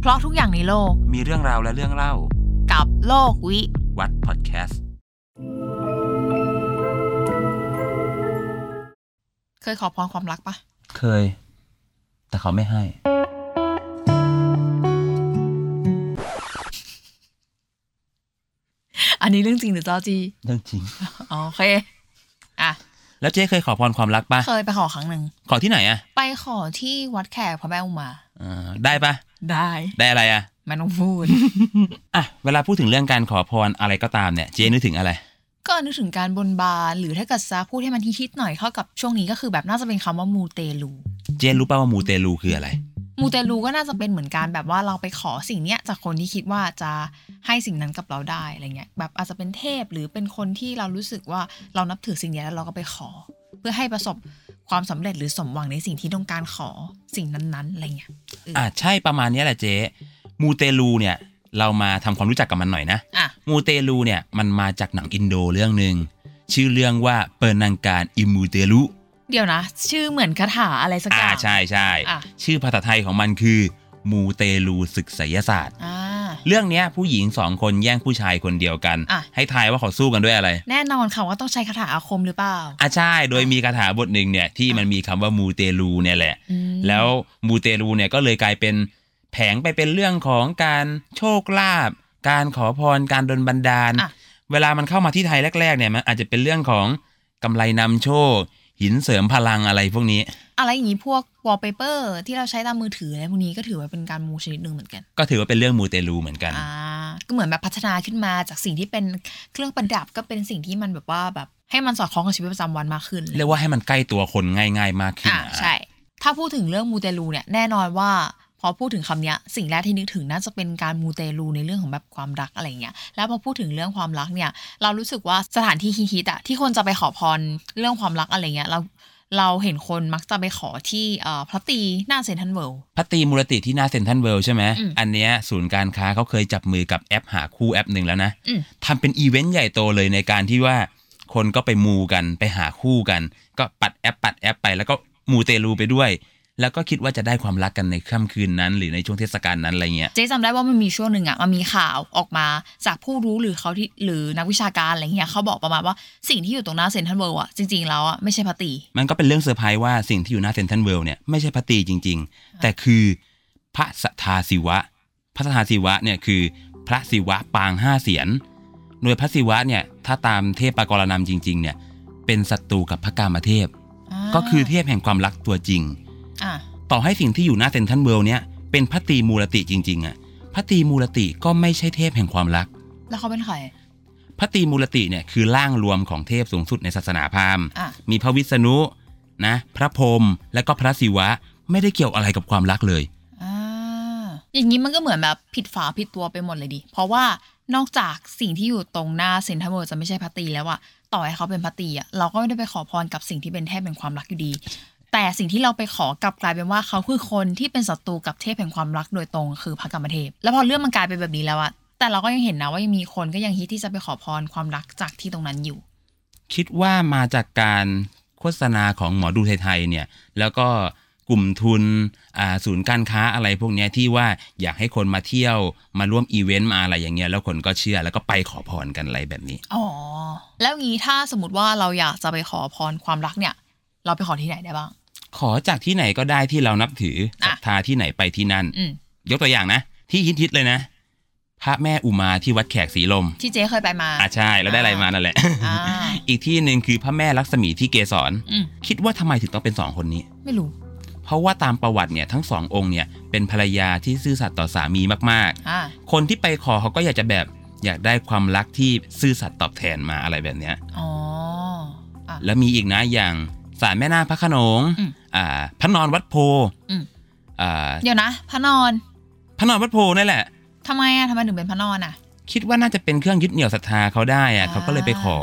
เพราะทุกอย่างในโลก มีเรื่องราวและเรื่องเล่า กับโลกวิ วัดพอดแคสต์ เคยขอพรความรักปะ เคย แต่เขาไม่ให้ อันนี้เรื่องจริงหรือจอจี เรื่องจริง อ๋อโอเคอ่ะ แล้วเจ๊เคยขอพรความรักปะ เคยไปขอครั้งหนึ่ง ขอที่ไหนอะ ไปขอที่วัดแขกพระแม่อุมา อ่าได้ปะ ได้ ได้อะไรอะ ไม่ต้องพูด อ่ะเวลาพูดถึงเรื่องการขอพรอะไรก็ตามเนี่ย เจ๊นึกถึงอะไร ก็นึกถึงการบนบานหรือถ้าเกิดซาพูดให้มันฮิตๆหน่อยเข้ากับช่วงนี้ก็คือแบบน่าจะเป็นคำว่ามูเตลู เจ๊รู้ป่าว่ามูเตลูคืออะไร มูเตลูก็น่าจะเป็นเหมือนการแบบว่าเราไปขอสิ่งเนี้ยจากคนที่คิดว่าจะให้สิ่งนั้นกับเราได้อะไรเงี้ยแบบอาจจะเป็นเทพหรือเป็นคนที่เรารู้สึกว่าเรานับถือสิ่งเนี้ยแล้วเราก็ไปขอ เพื่อให้ประสบความสำเร็จหรือสมหวังในสิ่งที่ต้องการขอสิ่งนั้นๆอะไรเงี้ย อ่ะใช่ประมาณเนี้ยแหละเจ๊มูเตลูเนี่ย เรามาทำความรู้จักกับมันหน่อยนะ อ่ะ มูเตลูเนี่ยมันมาจากหนังอินโดเรื่องหนึ่งชื่อเรื่องว่าเปิดนังการอิมูเตลู เดี๋ยวนะ ชื่อเหมือนคาถาอะไรสักอ อ่า ย่าง ใช่ใช่ อ่ะ ชื่อภาษาไทยของมันคือ มูเตลูศึกไสยศาสตร์ อ่า เรื่องเนี้ยผู้หญิงสองคนแย่งผู้ชายคนเดียวกัน อ่ะ ให้ทายว่าเขาสู้กันด้วยอะไร แน่นอนค่ะว่าต้องใช้คาถาอาคมหรือเปล่า อ่ะใช่โดยมีคาถาบทหนึ่งเนี่ยที่ อ่ะ มันมีคำว่ามูเตลูเนี่ยแหละ อืม แล้วมูเตลูเนี่ยก็เลยกลายเป็นแผงไปเป็นเรื่องของการโชคลาภการขอพรการดลบันดาล อ่ะ เวลามันเข้ามาที่ไทยแรกๆเนี่ยมันอาจจะเป็นเรื่องของกำไรนำโชค หินเสริมพลังอะไรพวกนี้ อะไรอย่างนี้พวกวอลเปเปอร์ที่เราใช้ตามมือถืออะไรพวกนี้ก็ถือว่าเป็นการมูชนิดหนึ่งเหมือนกัน ก็ถือว่าเป็นเรื่องมูเตลูเหมือนกัน อ่าก็เหมือนแบบพัฒนาขึ้นมาจากสิ่งที่เป็นเครื่องประดับก็เป็นสิ่งที่มันแบบว่าแบบให้มันสอดคล้องกับชีวิตประจำวันมากขึ้น เรียกว่าให้มันใกล้ตัวคนง่าย ๆ มากขึ้น อ่า นะ ใช่ ถ้าพูดถึงเรื่องมูเตลูเนี่ยแน่นอนว่าพอพูดถึงคำเนี้ยสิ่งแรกที่นึกถึงน่าจะเป็นการมูเตลูในเรื่องของแบบความรักอะไรเงี้ยแล้วพอพูดถึงเรื่องความรักเนี่ย เรารู้สึกว่าสถานที่ฮิตๆอะที่คนจะไปขอพรเรื่องความรักอะไรเงี้ยเราเราเห็นคนมักจะไปขอที่เอ่อพระตรีหน้าเซนทรันเวิลด์ พัตตีมูรติที่หน้าเซ็นทรัลเวิลด์ใช่ไหม อืม อันเนี้ยศูนย์การค้าเขาเคยจับมือกับแอปหาคู่แอปหนึ่งแล้วนะ อืม ทำเป็นอีเวนต์ใหญ่โตเลยในการที่ว่าคนก็ไปมูกันไปหาคู่กัน ก็ปัดแอปปัดแอปไป แล้วก็มูเตลูไปด้วย แล้วก็คิดว่าจะได้ความรักกันในค่ำคืนนั้น หรือในช่วงเทศกาลนั้นอะไรเงี้ย เจ๊จำได้ว่ามันมีช่วงหนึ่งอะมันมีข่าวออกมาจากผู้รู้หรือเขาที่หรือนักวิชาการอะไรเงี้ยเขาบอกประมาณว่าสิ่งที่อยู่ตรงหน้าเซนทรัลเวิลด์อะจริงๆแล้วอะไม่ใช่พลาตี มันก็เป็นเรื่องเซอร์ไพรส์ว่าสิ่งที่อยู่หน้าเซนทรัลเวิลด์เนี่ยไม่ใช่พระตรีจริง ๆ แต่คือพระสัทธาศิวะ พระสัทธาศิวะเนี่ยคือพระศิวะปางห้าเสียนโดยพระศิวะเนี่ยถ้าตามเทพปากรนามจริง ๆ เนี่ยเป็นศัตรูกับพระกามเทพ า ก็คือเทพแห่งความรักตัวจริง อ่ะ ต่อให้สิ่งที่อยู่หน้าเซนทรัลเวิลด์เนี่ยเป็นพระตรีมูรติจริงๆอะพระตรีมูรติก็ไม่ใช่เทพแห่งความรัก แล้วเขาเป็นใคร พระตรีมูรติเนี่ยคือร่างรวมของเทพสูงสุดในศาสนาพราหมณ์ อ่ะ มีพระวิษณุนะพระพรหมและก็พระศิวะไม่ได้เกี่ยวอะไรกับความรักเลย อ่าอย่างนี้มันก็เหมือนแบบผิดฝาผิดตัวไปหมดเลยดิ เพราะว่านอกจากสิ่งที่อยู่ตรงหน้าเซนทรัลเวิลด์จะไม่ใช่พลาตีแล้วอะต่อให้เขาเป็นพลาตีอะเราก็ไม่ได้ไปขอพรกับสิ่งที่เป็นเทพแห่งความรักอยู่ดี แต่สิ่งที่เราไปขอกลับกลายเป็นว่าเขาคือคนที่เป็นศัตรูกับเทพแห่งความรักโดยตรงคือพระกรรมเทพ แล้วพอเรื่องมันกลายเป็นแบบนี้แล้วอะแต่เราก็ยังเห็นนะว่ายังมีคนก็ยังฮิตที่จะไปขอพรความรักจากที่ตรงนั้นอยู่ คิดว่ามาจากการโฆษณาของหมอดูไทยๆเนี่ยแล้วก็กลุ่มทุนอ่าศูนย์การค้าอะไรพวกเนี้ยที่ว่าอยากให้คนมาเที่ยวมาร่วมอีเวนต์มาอะไรอย่างเงี้ยแล้วคนก็เชื่อแล้วก็ไปขอพรกันอะไรแบบนี้ อ๋อ แล้วงี้ถ้าสมมติว่าเราอยากจะไปขอพรความรักเนี่ย เราไปขอที่ไหนได้บ้าง ขอจากที่ไหนก็ได้ที่เรานับถือศ อ่ะ รัทธาที่ไหนไปที่นั่น อืม ยกตัวอย่างนะ ที่ฮิตๆเลยนะ พระแม่อุมาที่วัดแขกสีลม ที่เจ๊เคยไปมา อ่าใช่แล้วได้อะไรมานั่ นแหละ อ่า อีกที่หนึ่งคือพระแม่ลักษมีที่เกศร อืม คิดว่าทำไมถึงต้องเป็นสองคนนี้ ไม่รู้ เพราะว่าตามประวัติเนี่ยทั้งสององค์เนี่ยเป็นภรรยาที่ซื่อสัตย์ต่อสามีมาก อ่า ๆ คนที่ไปขอเขาก็อยากจะแบบอยากได้ความรักที่ซื่อสัตย์ตอบแทนมาอะไรแบบเนี้ย อ๋อ อ่ะ แล้วมีอีกนะอย่างศาลแม่นาคพระโขนง อืม อ่าพระนอนวัดโพ อืม อ่า เดี๋ยวนะพระนอน พระนอนวัดโพนั่นแหละ ทำไมอะทำไมถึงเป็นพระนอนอะ คิดว่าน่าจะเป็นเครื่องยึดเหนี่ยวศรัทธาเขาได้อะ อ่า เขาก็เลยไปขอ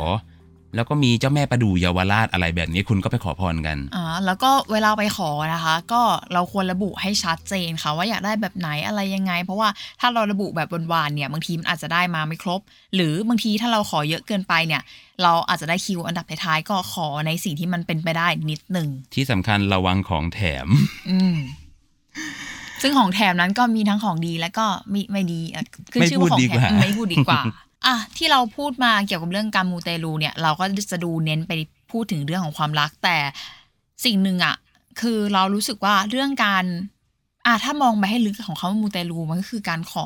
แล้วก็มีเจ้าแม่ประดู่เยาวราชอะไรแบบนี้คุณก็ไปขอพรกัน อ่าแล้วก็เวลาไปขอนะคะ ก็เราควรระบุให้ชัดเจนค่ะว่าอยากได้แบบไหนอะไรยังไง เพราะว่าถ้าเราระบุแบบหวานๆเนี่ยบางทีมันอาจจะได้มาไม่ครบ หรือบางทีถ้าเราขอเยอะเกินไปเนี่ย เราอาจจะได้คิวอันดับท้ายๆก็ขอในสิ่งที่มันเป็นไปได้นิดหนึ่ง ที่สำคัญระวังของแถม อืม ซึ่งของแถมนั้นก็มีทั้งของดีและก็มีไม่ดีอ่ะขึ้นชื่อว่าของแถม ไม่พูดดีกว่า ไม่พูดดีกว่า อ่ะที่เราพูดมาเกี่ยวกับเรื่องการมูเตลูเนี่ย เราก็จะดูเน้นไปพูดถึงเรื่องของความรักแต่สิ่งหนึ่งอ่ะคือเรารู้สึกว่าเรื่องการอ่ะถ้ามองไปให้ลึกของเขามูเตลูมันก็คือการขอ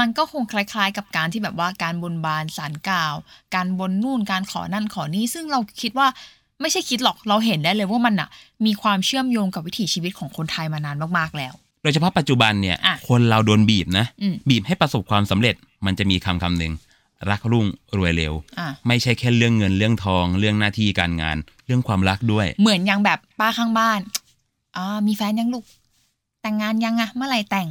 มันก็คงคล้ายๆ กับการที่แบบว่าการบนบานสารกล่าว การบนนู่นการขอนั่นขอนี่ซึ่งเราคิดว่าไม่ใช่คิดหรอกเราเห็นได้เลยว่ามันอ่ะ มีความเชื่อมโยงกับวิถีชีวิตของคนไทยมานานมากๆแล้ว โดยเฉพาะปัจจุบันเนี่ย อ่ะ คนเราโดนบีบนะ อืม บีบให้ประสบความสำเร็จ มันจะมีคำคำหนึ่งรักรุ่งรวยเร็ว อ่ะ ไม่ใช่แค่เรื่องเงินเรื่องทอง เรื่องหน้าที่การงาน เรื่องความรักด้วย เหมือนยังแบบป้าข้างบ้าน อ่า มีแฟนยังลูก แต่งงานยังอะเมื่อไหร่แต่ง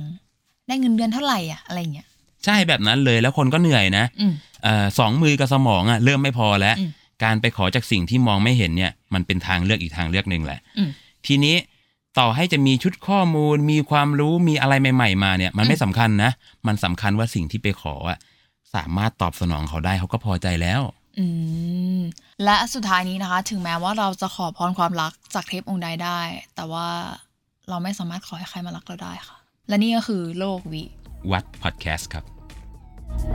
ได้เงินเดือนเท่าไหร่อะอะไรอย่างเงี้ย ใช่แบบนั้นเลยแล้วคนก็เหนื่อยนะ อืม เออสองมือกับสมองอะเริ่มไม่พอแล้ว อืม การไปขอจากสิ่งที่มองไม่เห็นเนี่ย มันเป็นทางเลือกอีกทางเลือกหนึ่งแหละ อืม ทีนี้ต่อให้จะมีชุดข้อมูล มีความรู้มีอะไรใหม่ ๆ มาเนี่ย มันไม่สำคัญนะ มันสำคัญว่าสิ่งที่ไปขออะสามารถตอบสนองเขาได้เขาก็พอใจแล้ว อืม และสุดท้ายนี้นะคะ ถึงแม้ว่าเราจะขอพรความรักจากเทพองค์ใดได้ แต่ว่าเราไม่สามารถขอให้ใครมารักเราได้ค่ะ และนี่ก็คือโลกวิ วัดพอดแคสต์ครับ